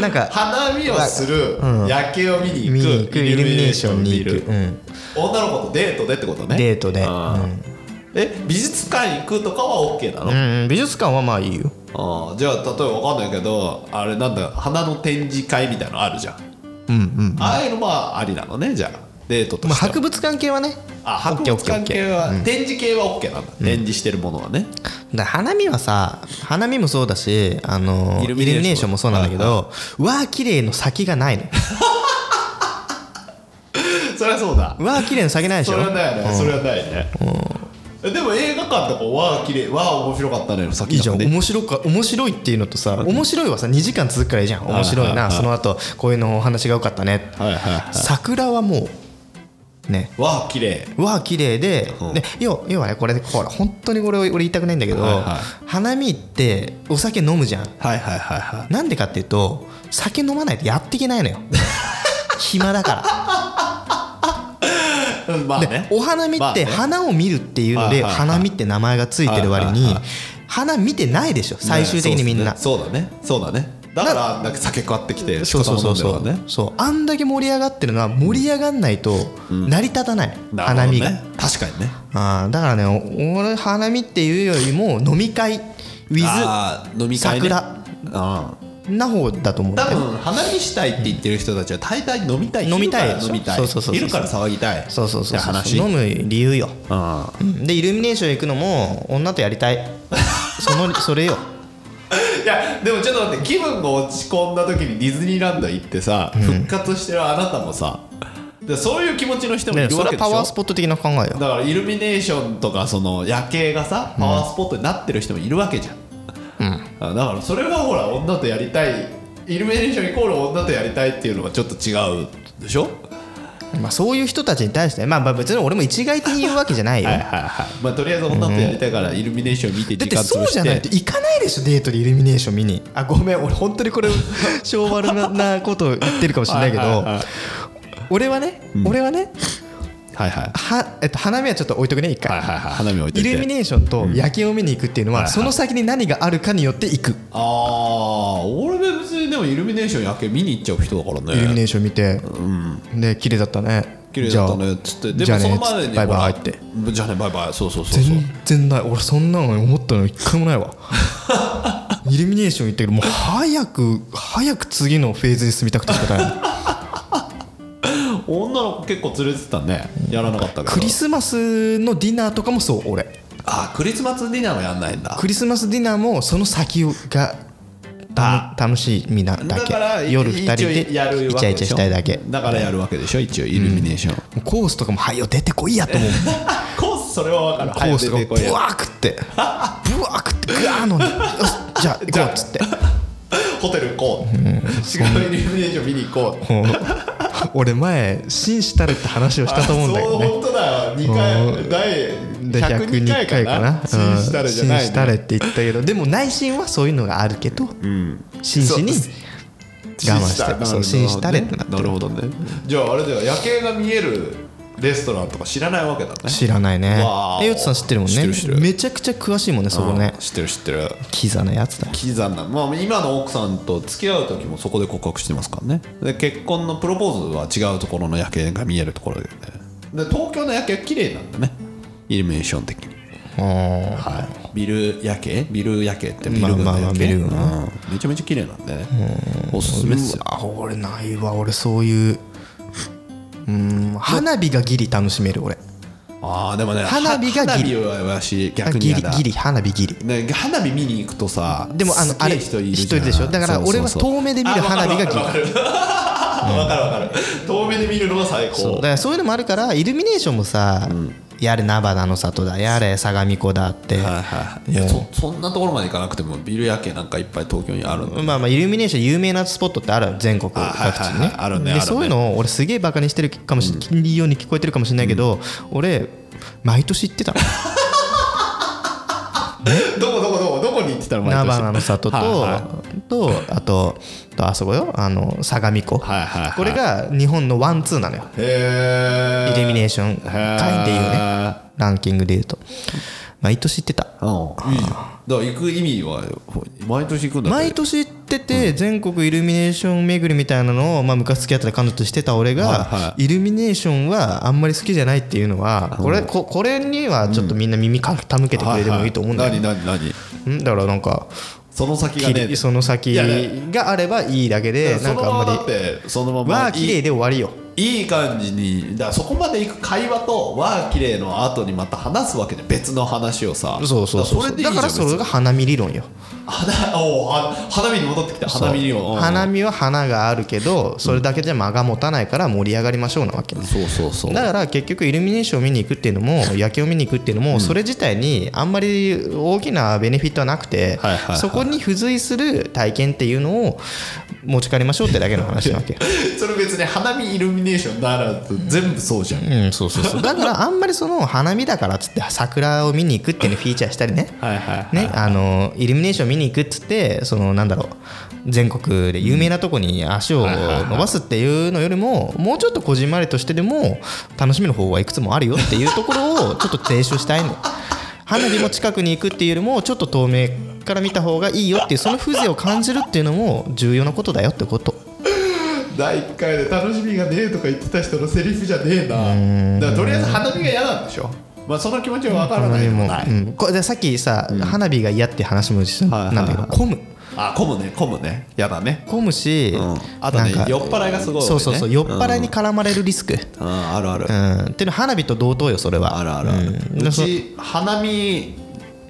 Speaker 1: なんか
Speaker 2: 花見をする、夜景を見に
Speaker 1: 見に行くイルミネーションに行く、うん、
Speaker 2: 女の子とデートでってことね
Speaker 1: デートで、
Speaker 2: あーえ美術館行くとかは OK なの、
Speaker 1: う
Speaker 2: あ
Speaker 1: んうん美術館はまあいいよ
Speaker 2: ーじゃあ例えば分かんないけどあれなんだ花の展示会みたいのあるじゃん,、
Speaker 1: うんうん
Speaker 2: ああいうのはありなのねじゃあデートと
Speaker 1: まあ、
Speaker 2: しては、
Speaker 1: 博物館系はね
Speaker 2: あ博
Speaker 1: オ
Speaker 2: 物
Speaker 1: ッケーオッケーオ
Speaker 2: 館
Speaker 1: ッケー
Speaker 2: 系は展示系は OK なんだ展示してるものはね
Speaker 1: だから花見はさ花見もそうだしあの
Speaker 2: イ
Speaker 1: イ
Speaker 2: ル
Speaker 1: ル
Speaker 2: ミ
Speaker 1: ミ
Speaker 2: ネーション
Speaker 1: ネーションもそうなんだけ
Speaker 2: はい
Speaker 1: どうわー綺麗の先がないの
Speaker 2: そりゃそうだ
Speaker 1: うわー綺麗の先ないでし
Speaker 2: そ
Speaker 1: ょ
Speaker 2: れはないね
Speaker 1: うん
Speaker 2: それはないねでも映画館とかわあ綺麗わあ面白かったねの先
Speaker 1: いいじゃん
Speaker 2: ね
Speaker 1: 面白か面白いっていうのとさ面白いはさ2時間続くからいいじゃん面白い
Speaker 2: はいはいは
Speaker 1: ないその後こういうのお話が良かったね
Speaker 2: はいはいは
Speaker 1: 桜はもうね
Speaker 2: いわあ綺麗
Speaker 1: わあ綺麗で
Speaker 2: うん
Speaker 1: で要要はねこれほら本当にこれ俺言いたくないんだけど
Speaker 2: はいは
Speaker 1: 花見ってお酒飲むじゃん
Speaker 2: はいはいはいはい
Speaker 1: なんでかっていうと酒飲まないとやっていけない のよ暇だから
Speaker 2: うん まあ
Speaker 1: で
Speaker 2: ね
Speaker 1: お花見
Speaker 2: まあ
Speaker 1: っ
Speaker 2: ね
Speaker 1: て花を見るっていうの
Speaker 2: はい
Speaker 1: で
Speaker 2: はいはい
Speaker 1: 花見って名前がついてる割
Speaker 2: はいは
Speaker 1: に
Speaker 2: いはい
Speaker 1: 花見てないでしょ最終的にみんな
Speaker 2: ねそうだねそうだねだからあんだけ酒買ってきて
Speaker 1: そうそうそうそ
Speaker 2: 仕方も飲んでるわ
Speaker 1: う
Speaker 2: ね
Speaker 1: そうあんだけ盛り上がってるのは盛り上がんないと成り立たない
Speaker 2: なる
Speaker 1: 花
Speaker 2: ほど
Speaker 1: 見
Speaker 2: ね
Speaker 1: が
Speaker 2: 確かにね
Speaker 1: あーだからねお俺花見っていうよりも飲み会 with
Speaker 2: あー飲み会ね
Speaker 1: 桜
Speaker 2: うん
Speaker 1: な方だと思うん
Speaker 2: 多
Speaker 1: だよね
Speaker 2: 分花見したいって言ってる人たちは大体飲みたい
Speaker 1: 飲みたい
Speaker 2: 昼から飲みたい
Speaker 1: そうそうそうそう
Speaker 2: 昼から騒ぎたい
Speaker 1: そうそうそう
Speaker 2: って
Speaker 1: そう
Speaker 2: 話
Speaker 1: 飲む理由よ
Speaker 2: うん
Speaker 1: うんでイルミネーション行くのも女とやりた いそのそれよ
Speaker 2: いやでもちょっと待って気分が落ち込んだ時にディズニーランド行ってさ、復活してるあなたもさでそういう気持ちの人もい
Speaker 1: ね
Speaker 2: る
Speaker 1: そ
Speaker 2: わ
Speaker 1: れ
Speaker 2: け
Speaker 1: は
Speaker 2: でし
Speaker 1: パ
Speaker 2: ょ
Speaker 1: ワースポット的な考えよ
Speaker 2: だからイルミネーションとかその夜景がさパワースポットになってる人もいるわけじゃん、あだからそれはほら女とやりたいイルミネーションイコール女とやりたいっていうのはちょっと違うでしょ
Speaker 1: まあ、そういう人たちに対して、まあ、まあ別に俺も一概的に言うわけじゃないよ。
Speaker 2: はいはいはい、まあ、とりあえず女とやりたいからイルミネーション見て
Speaker 1: だ
Speaker 2: 時
Speaker 1: って
Speaker 2: 間
Speaker 1: そ
Speaker 2: 潰
Speaker 1: う
Speaker 2: して
Speaker 1: じゃないと行かないでしょデートでイルミネーション見にあごめん俺本当にこ れ昭和ななことを言ってるかもしれないけ
Speaker 2: はい
Speaker 1: ど
Speaker 2: はいはい
Speaker 1: 俺はね、俺はね
Speaker 2: はいはい
Speaker 1: は、えっと、花見はちょっと置いとくね一
Speaker 2: はい
Speaker 1: 回、
Speaker 2: はいはい花見置いて
Speaker 1: イ
Speaker 2: て
Speaker 1: ルミネーションと夜景を見に行くっていうのは、
Speaker 2: はいはい
Speaker 1: その先に何があるかによって行く、
Speaker 2: ああ俺別にでもイルミネーション夜景見に行っちゃう人だからね
Speaker 1: イルミネーション見て、で綺麗だったね
Speaker 2: 綺麗だっ
Speaker 1: じ
Speaker 2: た
Speaker 1: ゃ
Speaker 2: ね
Speaker 1: あ
Speaker 2: っつってで
Speaker 1: じゃ
Speaker 2: も
Speaker 1: あ
Speaker 2: そ
Speaker 1: ね
Speaker 2: の前に
Speaker 1: バイバイ
Speaker 2: ほ
Speaker 1: っ
Speaker 2: ら
Speaker 1: て
Speaker 2: じゃあねバイバイそうそうそうそう
Speaker 1: 全然ない俺そんなの思ったの一回もない わイルミネーション行ったけどもう早く早く次のフェーズに進みたくて仕方ない
Speaker 2: 女の子結構連れてたねやらなかったけど
Speaker 1: クリスマスのディナーとかもそう俺
Speaker 2: あークリスマスディナーはやんないんだ
Speaker 1: クリスマスディナーもその先がたの楽しみなだ
Speaker 2: だ
Speaker 1: け
Speaker 2: から
Speaker 1: 夜2人で
Speaker 2: 一応やる
Speaker 1: イ
Speaker 2: わけで
Speaker 1: チャイチャしたいだけ
Speaker 2: しょだからやるわけでしょ一応イルミネーション、
Speaker 1: もうコースとかも「はいよ出てこいや」と 思う
Speaker 2: コースそれは分かる
Speaker 1: コース
Speaker 2: 早く出て
Speaker 1: と
Speaker 2: こい
Speaker 1: か
Speaker 2: や
Speaker 1: ブワー食ってブワー食ってガー飲んでよし じゃあ行こうっつって
Speaker 2: ホテル行こう、違うイルミネーション見に行こう
Speaker 1: もう俺前紳士たるって話をしたと思うんだけどね
Speaker 2: そう本当だよ2
Speaker 1: う
Speaker 2: 回
Speaker 1: んで
Speaker 2: 第
Speaker 1: 102
Speaker 2: 102
Speaker 1: 回かな
Speaker 2: 紳士たれじゃない、
Speaker 1: 紳
Speaker 2: ね、
Speaker 1: 士たれって言ったけどでも内心はそういうのがあるけど、真摯に
Speaker 2: そう
Speaker 1: 我慢してそう紳士たれってなって
Speaker 2: なる
Speaker 1: る
Speaker 2: ほどねじゃああれだよ夜景が見えるレストランとか知らないわけだね
Speaker 1: 知らないね
Speaker 2: わー
Speaker 1: えよつさん知ってるもん
Speaker 2: 知って
Speaker 1: ね
Speaker 2: る知ってる
Speaker 1: めちゃくちゃ詳しいもんねそこね
Speaker 2: うん知ってる知ってる
Speaker 1: キザなやつだ
Speaker 2: キザな、まあ、今の奥さんと付き合う時もそこで告白してますからねで結婚のプロポーズは違うところの夜景が見えるところで,、ね、で東京の夜景は綺麗なんだねイルミネーション的に
Speaker 1: うん
Speaker 2: はい、ビル夜景ビル夜景ってビル群
Speaker 1: まあ
Speaker 2: の
Speaker 1: まあまあ
Speaker 2: 夜景、
Speaker 1: ビル群
Speaker 2: うんめちゃめちゃ綺麗なんでねおすすめっすよ
Speaker 1: あ俺ないわ俺そういううん花火がギリ楽しめる俺
Speaker 2: あーでもね
Speaker 1: 花火が
Speaker 2: 花
Speaker 1: ギ
Speaker 2: 火
Speaker 1: リ
Speaker 2: はわし逆に
Speaker 1: ギ
Speaker 2: や
Speaker 1: リ
Speaker 2: だ
Speaker 1: ギリ花火ギリ
Speaker 2: ね花火見に行くとさ
Speaker 1: でもあの
Speaker 2: すげえ
Speaker 1: あれ
Speaker 2: 人いる
Speaker 1: 一
Speaker 2: じゃ
Speaker 1: 人
Speaker 2: ん
Speaker 1: でしょだから俺は
Speaker 2: そうそうそう
Speaker 1: 遠目で見る花火がギリ
Speaker 2: あわかるわかるわかるわかるわかる遠目で見るのは最
Speaker 1: そう
Speaker 2: 高
Speaker 1: だからそういうのもあるからイルミネーションもさ、やれ菜花の里だやれ相模湖だって、
Speaker 2: はいはいいやそそんなところまで行かなくてもビル夜景なんかいっぱい東京にあるんだ
Speaker 1: まあまあイルミネーション有名なスポットってある全国各地に
Speaker 2: あはいはい
Speaker 1: ね
Speaker 2: はいあるね
Speaker 1: で
Speaker 2: あるね
Speaker 1: そういうのを俺すげえバカにしてるかもし、ように聞こえてるかもしれないけど、俺毎年行ってたの
Speaker 2: どこどこどこどこに行ってたの毎
Speaker 1: 菜
Speaker 2: 年
Speaker 1: 花の里と,、
Speaker 2: はいはい
Speaker 1: とあととあそこよあの相模湖、
Speaker 2: はいはいはい
Speaker 1: これが日本のワンツーなのよ
Speaker 2: へ
Speaker 1: イルミ
Speaker 2: ー
Speaker 1: ネーション界っていうねランキングでいうと毎年行ってた
Speaker 2: うん、いいじゃんだから行く意味は毎年行くんだ
Speaker 1: 毎
Speaker 2: 年
Speaker 1: 年行ってて全国イルミネーション巡りみたいなのをまあ昔付き合ってた彼女としてた俺
Speaker 2: はい
Speaker 1: が
Speaker 2: は
Speaker 1: イルミネーションはあんまり好きじゃないっていうのはこれここれにはちょっとみんな耳傾けてくれてもいいと思うんだよね
Speaker 2: 何何何
Speaker 1: うんだからなんか
Speaker 2: その先が
Speaker 1: き
Speaker 2: ね
Speaker 1: りその
Speaker 2: い
Speaker 1: 先
Speaker 2: やね
Speaker 1: があればいいだけで
Speaker 2: そ
Speaker 1: なん
Speaker 2: の
Speaker 1: か
Speaker 2: ま
Speaker 1: あ
Speaker 2: ま
Speaker 1: んま
Speaker 2: だっ
Speaker 1: り
Speaker 2: てそのまま
Speaker 1: わあ綺麗で終わりよ
Speaker 2: いい感じにだからそこまでいく会話と「わあ綺麗の後にまた話すわけで別の話をさ
Speaker 1: そうそうそう
Speaker 2: だかられでいい
Speaker 1: だ
Speaker 2: じゃん
Speaker 1: からそれが花見理論よ
Speaker 2: 花おうは花見に戻ってきた花見に
Speaker 1: そう
Speaker 2: もうん
Speaker 1: 花見は花があるけどそれだけじゃ間が持たないから盛り上がりましょうなわけ
Speaker 2: そうそうそう
Speaker 1: だから結局イルミネーションを見に行くっていうのも夜景を見に行くっていうのもそれ自体にあんまり大きなベネフィットはなくて
Speaker 2: はいはいはい
Speaker 1: そこに付随する体験っていうのを持ち帰りましょうってだけの話なわけよ
Speaker 2: それ別に花見イルミネーションならず全部そうじゃ ん、
Speaker 1: うんそうそうそうだからあんまりその花見だからっつって桜を見に行くっていうのをフィーチャーしたりね
Speaker 2: はいは
Speaker 1: ね、あのイルミネーション見に行くっつってそのなんだろう全国で有名なとこに足を伸ばすっていうのよりももうちょっとこじんまりとしてでも楽しみの方はいくつもあるよっていうところを ちょっと提唱したいの花火も近くに行くっていうよりもちょっと遠目から見た方がいいよっていうその風情を感じるっていうのも重要なことだよってこと
Speaker 2: 第1回で楽しみがねえとか言ってた人のセリフじゃねえなだからとりあえず花見が嫌なんでしょまあその気持ちは分からないで
Speaker 1: で
Speaker 2: も
Speaker 1: も、
Speaker 2: ない、
Speaker 1: うん、これでさっきさ、花火が嫌って話もした
Speaker 2: はいはいはい
Speaker 1: なんだけど混む
Speaker 2: あ混むね混むねやだね
Speaker 1: 混むし、
Speaker 2: うんあとね
Speaker 1: なんか
Speaker 2: 酔っ払いがすごい多いね
Speaker 1: そうそうそう酔っ払いに絡まれるリスク、
Speaker 2: うんあるある、
Speaker 1: うん、っていうのは花火と同等よそれは
Speaker 2: あるあるある、
Speaker 1: うん
Speaker 2: う
Speaker 1: だから
Speaker 2: ち花見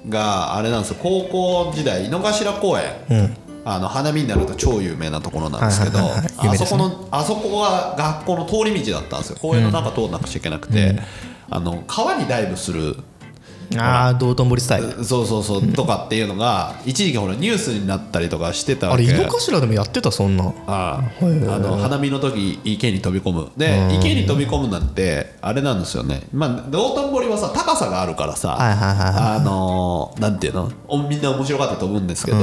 Speaker 2: があれなんですよ高校時代井の頭公園、あの花見になると超有名なところなんですけど、
Speaker 1: はいはいはい有名
Speaker 2: あ
Speaker 1: です
Speaker 2: そ
Speaker 1: ね
Speaker 2: このあそこが学校の通り道だったんですよ公園の中通んなくちゃいけなくて、あの川にダイブする
Speaker 1: そああ道頓堀スタイル
Speaker 2: そうそうそうとかっていうのが一時期ほらニュースになったりとかしてたわ
Speaker 1: あ
Speaker 2: け
Speaker 1: れ井の頭でもやってたそんな
Speaker 2: あああの花見の時池に飛び込むで池に飛び込むなんてあれなんですよねまあ道頓堀はさ高さがあるから
Speaker 1: は
Speaker 2: さ
Speaker 1: いはいはいは
Speaker 2: あのーなんていうのおみんな面白がって飛ぶんですけど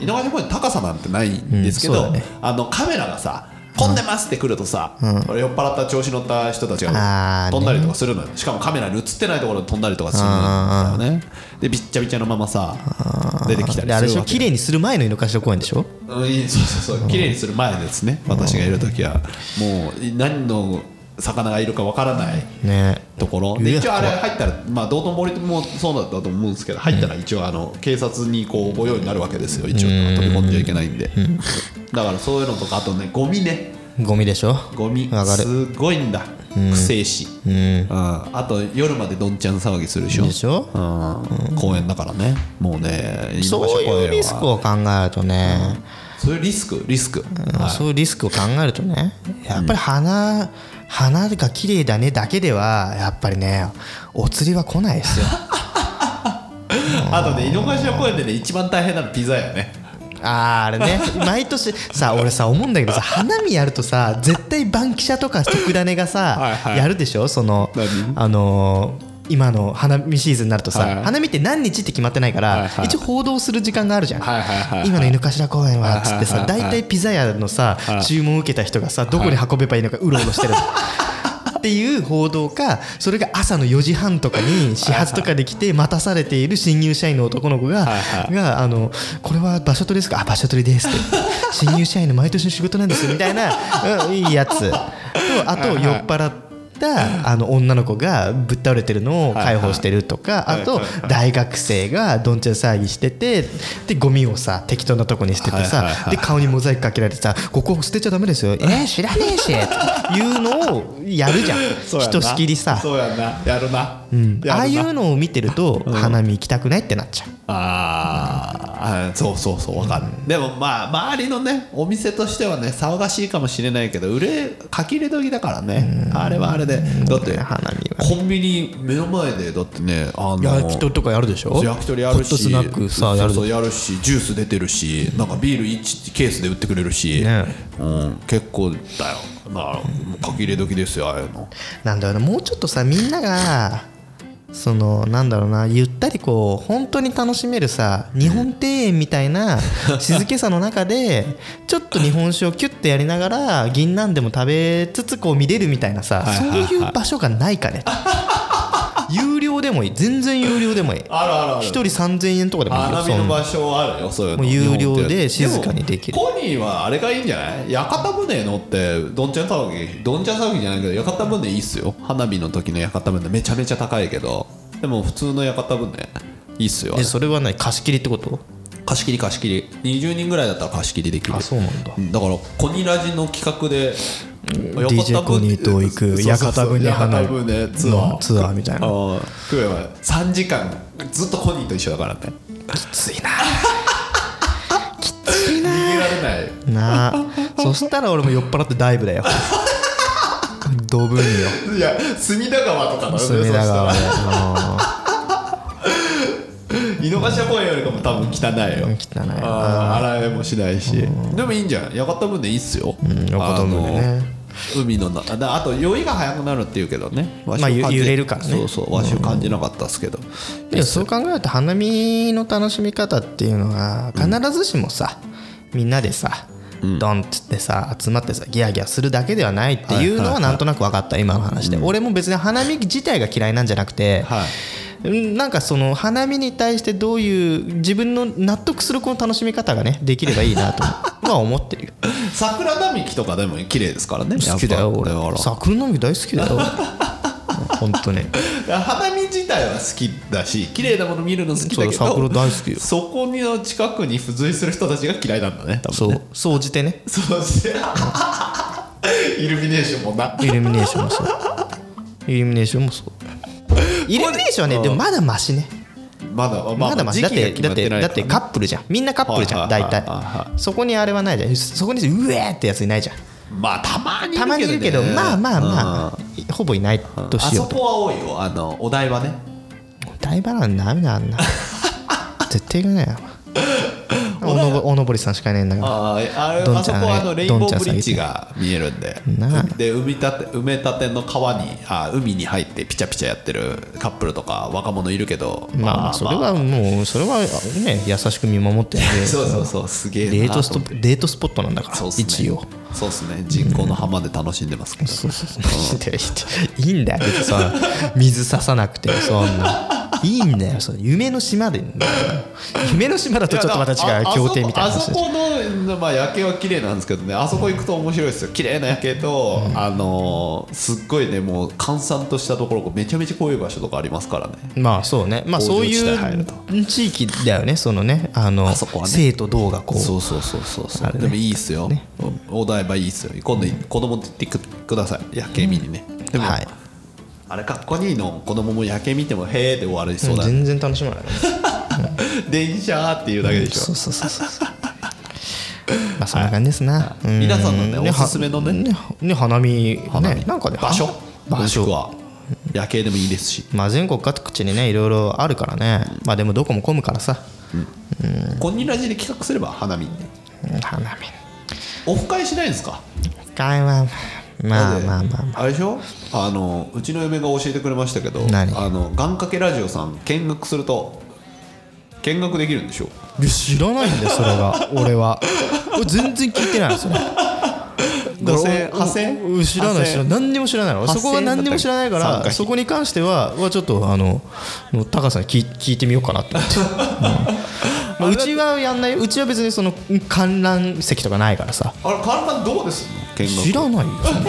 Speaker 2: 井の頭公園高さなんてないんですけ
Speaker 1: うん
Speaker 2: ど、
Speaker 1: そうだね
Speaker 2: あのカメラがさ飛んでますって来るとさ、俺酔っ払った調子乗った人たち
Speaker 1: あ
Speaker 2: が
Speaker 1: ー
Speaker 2: 飛んだりとかするのよ、しかもカメラに映ってないところで飛んだりとかするんだよねでびっちゃびちゃのままさ出てきたりする
Speaker 1: であれでしょ
Speaker 2: わけ
Speaker 1: 綺麗にする前の井の頭公園でしょ
Speaker 2: うんいいそうそうそう綺麗にする前ですね私がいる時はもうい何の魚がいるかわからない
Speaker 1: ね
Speaker 2: ところ
Speaker 1: い
Speaker 2: で
Speaker 1: や
Speaker 2: 一応あれ入ったらまあ道頓堀もそうだったと思うんですけど入ったら一応あの警察にこう御用になるわけですよ一応飛び込んじゃいけないんでだからそういうのとかあとねゴミね
Speaker 1: ゴミでしょ
Speaker 2: ゴミ
Speaker 1: わかる
Speaker 2: すごいんだくせえしうんあと夜までどんちゃん騒ぎするでしょ
Speaker 1: でしょ
Speaker 2: うん公園だからねもうね井の頭
Speaker 1: そう
Speaker 2: 公園
Speaker 1: いう
Speaker 2: は
Speaker 1: リスクを考えるとね、
Speaker 2: そういうリスクリスク
Speaker 1: うんそういうリスクを考えるとねやっぱり花、花が綺麗だねだけではやっぱりねお釣りは来ないですよ
Speaker 2: あとね井の頭公園でね一番大変なのピザやね
Speaker 1: あーあれね毎年さ俺さ思うんだけどさ花見やるとさ絶対バンキシャとか特ダネがさ
Speaker 2: はいはい
Speaker 1: やるでしょその
Speaker 2: 何
Speaker 1: あのー今の花見シーズンになるとさ、
Speaker 2: はい
Speaker 1: 花見って何日って決まってないから、
Speaker 2: いはい
Speaker 1: 一応報道する時間があるじゃん、
Speaker 2: はいはいはいはい
Speaker 1: 今の井の頭公園はっつって
Speaker 2: は
Speaker 1: さ
Speaker 2: いはいは
Speaker 1: 大
Speaker 2: いはい
Speaker 1: 体ピザ屋のさ注文を受けた人がさどこに運べばいいのかうろうろして る。っていう報道かそれが朝の4時半とかに始発とかで来て待たされている新入社員の男の子ががあのこれは場所取りですかあ場所取り ですって新入社員の毎年の仕事なんですよみたいな、うん、いいやつとあと酔っ払ったあの女の子がぶっ倒れてるのを介抱してるとかあと大学生がどんちゃん騒ぎしててでゴミをさ適当なとこに捨てて
Speaker 2: はいはい
Speaker 1: さ
Speaker 2: はい
Speaker 1: で顔にモザイクかけられてさ「ここ捨てちゃダメですよえー、知らねえし」っていうのをやるじゃんひとしきりさ、
Speaker 2: そうやんなやるな
Speaker 1: うん
Speaker 2: やるな
Speaker 1: ああいうのを見てると花見行きたくないってなっちゃう
Speaker 2: あーあーそうそうそうわかるでもまあ周りのねお店としてはね騒がしいかもしれないけど売れ書き入れ時だからねあれはあれでだって
Speaker 1: 花見は
Speaker 2: コンビニ目の前でだってねあの
Speaker 1: 焼き鳥とかやるでしょ
Speaker 2: 焼き鳥ある
Speaker 1: ホ
Speaker 2: し
Speaker 1: ットスナックさやる
Speaker 2: そう
Speaker 1: でし
Speaker 2: そ
Speaker 1: ょ
Speaker 2: うやるしジュース出てるしなんかビール1ケースで売ってくれるし、
Speaker 1: ね
Speaker 2: うん、結構だよだからもう書き入れ時ですよああいうの
Speaker 1: なんだろうなもうちょっとさみんながそのなんだろうなゆったりこう本当に楽しめるさ日本庭園みたい な静けさの中でちょっと日本酒をキュッとやりながら銀杏でも食べつつこう見れるみたいなさ
Speaker 2: はい
Speaker 1: そう
Speaker 2: はいはい
Speaker 1: いう場所がないか ね有料でもいい全然有料でもいい
Speaker 2: あるあるあ
Speaker 1: 一人3000円とかでもいいよ
Speaker 2: 花見の場所はあるよそういうの
Speaker 1: もう有料で
Speaker 2: 日本っ
Speaker 1: 静
Speaker 2: て
Speaker 1: かにできる
Speaker 2: もコニーはあれがいいんじゃない屋形船乗ってどんちゃん騒ぎどんちゃん騒ぎじゃないけど屋形船いいっすよ花火の時の屋形船めちゃめちゃ高いけどでも普通の屋形船いいっすよあ
Speaker 1: で
Speaker 2: れ
Speaker 1: それは何貸し切りってこと
Speaker 2: 貸し切り貸し切り20人ぐらいだったら貸し切りできる
Speaker 1: あそうなんだ
Speaker 2: だからコニラジの企画で
Speaker 1: DJ コニーと行く屋形船花のツアーみたいな
Speaker 2: クエは3時間ずっとコニーと一緒だからね
Speaker 1: きついな
Speaker 2: 逃げられない
Speaker 1: なあそしたら俺も酔っ払ってダイブだよドブによ
Speaker 2: いや隅田川とかだよね
Speaker 1: 隅田川
Speaker 2: そ
Speaker 1: で
Speaker 2: し
Speaker 1: あ
Speaker 2: たら井の頭公園よりかも多分汚いよ
Speaker 1: 汚いな
Speaker 2: あー洗いもしないしでもいいんじゃん屋形船いいっすよ
Speaker 1: ん屋形船ね
Speaker 2: あの海の中だあと酔いが早くなるっていうけどねま
Speaker 1: まあゆ揺れるからね
Speaker 2: そうそうわしを感じなかったっすけど
Speaker 1: ーいやそう考えると花見の楽しみ方っていうのは必ずしもさ、みんなでさドンっつってさ集まってさギャーギャーするだけではないっていうのはなんとなく分かった今の話で俺も別に花見自体が嫌いなんじゃなくて、
Speaker 2: はい
Speaker 1: うんなんかその花見に対してどういう自分の納得するこの楽しみ方がねできればいいなとまあ思ってるよ
Speaker 2: 桜並木とかでも綺麗ですからね
Speaker 1: 好きだよ俺
Speaker 2: やっぱだか
Speaker 1: 桜並木大好きだよ本当ね
Speaker 2: ら花見自体は好きだし綺麗なもの見るの好きだけ
Speaker 1: そう桜
Speaker 2: ど
Speaker 1: 大好きよ
Speaker 2: そこの近くに付随する人たちが嫌いなんだね多分
Speaker 1: そう総じてね
Speaker 2: そうしてイルミネーションもな
Speaker 1: イルミネーションもそうイルミネーションもそうイルミネーションはね
Speaker 2: うん
Speaker 1: でもまだマシね
Speaker 2: まだまあ
Speaker 1: まだマシだって
Speaker 2: 時期
Speaker 1: だ
Speaker 2: が決ま
Speaker 1: ってて
Speaker 2: ない
Speaker 1: だってカップルじゃんみんなカップルじゃん
Speaker 2: はい
Speaker 1: 大
Speaker 2: はいはい
Speaker 1: 体そこにあれはないじゃんそこにうえーってやついないじゃん
Speaker 2: まあたまに
Speaker 1: たまにいるけど
Speaker 2: ね
Speaker 1: まあまあま
Speaker 2: うん
Speaker 1: あほぼいないと
Speaker 2: あ
Speaker 1: しよ
Speaker 2: そう
Speaker 1: と
Speaker 2: こは多いよあのお台場ね
Speaker 1: 大バランダメだあ んな絶対行かないよおのぼおのぼりさんしかいないんだから
Speaker 2: あーあれ
Speaker 1: ど
Speaker 2: あ
Speaker 1: んち
Speaker 2: そ
Speaker 1: ゃん
Speaker 2: こはあのレインボーブリッジ
Speaker 1: ど
Speaker 2: が見えるんで
Speaker 1: なあ
Speaker 2: で埋め立て埋め立ての川にあ海に入ってピチャピチャやってるカップルとか若者いるけど
Speaker 1: まあまあそれはもうそれはね優しく見守ってるんで
Speaker 2: そうそうそうすげえな
Speaker 1: デートス
Speaker 2: と
Speaker 1: ト
Speaker 2: 思って
Speaker 1: デートスポットなんだから
Speaker 2: そうっすね
Speaker 1: 一応
Speaker 2: そうですね人工の浜で楽しんでますけど
Speaker 1: そうそうそう いいんだよ別にさ水ささなくてそんないいんだよその夢の島でいいんだよ夢の島だとちょっとまた違う協定みたいな
Speaker 2: あ
Speaker 1: 話
Speaker 2: そこあそこの、まあ、夜景は綺麗なんですけどねあそこ行くと面白いですよ綺麗な夜景と、あのーすっごいねもう閑散としたところめちゃめちゃこういう場所とかありますからね
Speaker 1: まあそうねまあそう
Speaker 2: 工業地帯入
Speaker 1: い
Speaker 2: る
Speaker 1: う地域だよねそのねあの
Speaker 2: あそこはね
Speaker 1: 生と動がこ
Speaker 2: そううそうそうそうそ
Speaker 1: あれ
Speaker 2: う、
Speaker 1: ね
Speaker 2: でもいいっすよ、お台場いいっすよ今度子供と行ってくください夜景見にね、でも、
Speaker 1: はい
Speaker 2: あれかっこいいの子供も夜景見てもへーで終わりそうだ、ね
Speaker 1: 全然楽しまないね
Speaker 2: 電車っていうだけでしょ、
Speaker 1: そうそうそうそう そうまあそんな感じですな、うん
Speaker 2: 皆さんのねおすすめのね
Speaker 1: ねね花見
Speaker 2: 花
Speaker 1: ね
Speaker 2: 見
Speaker 1: なんかね
Speaker 2: 場所
Speaker 1: 場
Speaker 2: もしく
Speaker 1: 所
Speaker 2: は夜景でもいいですし
Speaker 1: まあ全国各地にねいろいろあるからねまあでもどこも混むからさ、
Speaker 2: コンニラジで企画すれば花見ね
Speaker 1: うん花見
Speaker 2: オフ会しないんですか
Speaker 1: 一回はまあまあまあまあ
Speaker 2: あれでしょあのうちの嫁が教えてくれましたけどあ
Speaker 1: 何
Speaker 2: の願掛けラジオさん見学すると見学できるんでしょ
Speaker 1: いや知らないんだよそれが俺は俺全然聞いてないのそれ
Speaker 2: 五千
Speaker 1: 俺
Speaker 2: 八千
Speaker 1: うんうん知らない知らない何にも知らないの
Speaker 2: 八千
Speaker 1: そこは何にも知らないか
Speaker 2: だった
Speaker 1: ら
Speaker 2: っけ参加費
Speaker 1: そこに関してははちょっとあのもう高さんに聞い聞いてみようかなって思って、うん まあ、うちはやんないようちは別にその観覧席とかないからさ
Speaker 2: あれ看板どこですんの見学
Speaker 1: 知らないよそん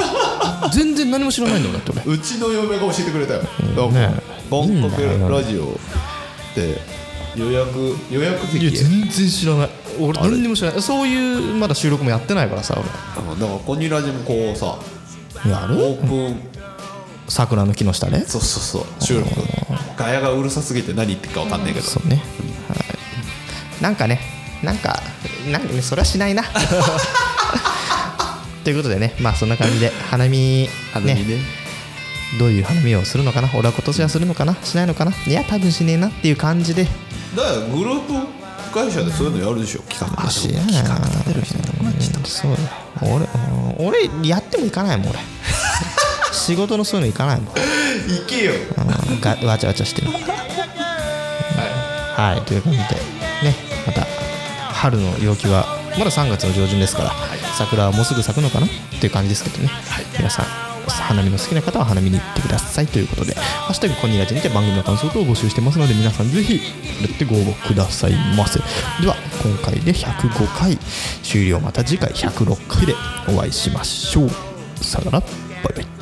Speaker 1: な全然何も知らないんだよだって俺
Speaker 2: うちの嫁が教えてくれたよ願
Speaker 1: ね
Speaker 2: 掛けラジオで予約予約
Speaker 1: いや
Speaker 2: 席
Speaker 1: 全然知らない俺何にも知らないそういうまだ収録もやってないからさ
Speaker 2: あのだからコンニラジもこうさ
Speaker 1: 俺や
Speaker 2: オ
Speaker 1: る
Speaker 2: ープン
Speaker 1: 桜の木の下ね
Speaker 2: そうそうそう収録ガヤがうるさすぎて何言ってるか分かんないけど
Speaker 1: そうね、はい、なんかねなんかなんかねそれはし ないなということでねまあそんな感じで花見
Speaker 2: 花
Speaker 1: ね
Speaker 2: 見ね
Speaker 1: どういう花見をするのかな俺は今年はするのかなしないのかないや多分しねえなっていう感じで
Speaker 2: だからグループ会社でそういうのやるでしょ企画
Speaker 1: しないなうんそうだ俺うん俺やっても行かない もん俺仕事のそういうの行かないもん
Speaker 2: 行けよ
Speaker 1: うんがわちゃわちゃしてる。はい、という感じで、ね、また春の陽気は、まだ3月の上旬ですから、桜はもうすぐ咲くのかなっていう感じですけどね、皆さん、花見の好きな方は花見に行ってくださいということで、ハッシュタグコニラジにて番組の感想等を募集してますので、皆さんぜひ、やってご応募くださいませ。では、今回で105回、終了また次回106回でお会いしましょう。さよなら、バイバイ。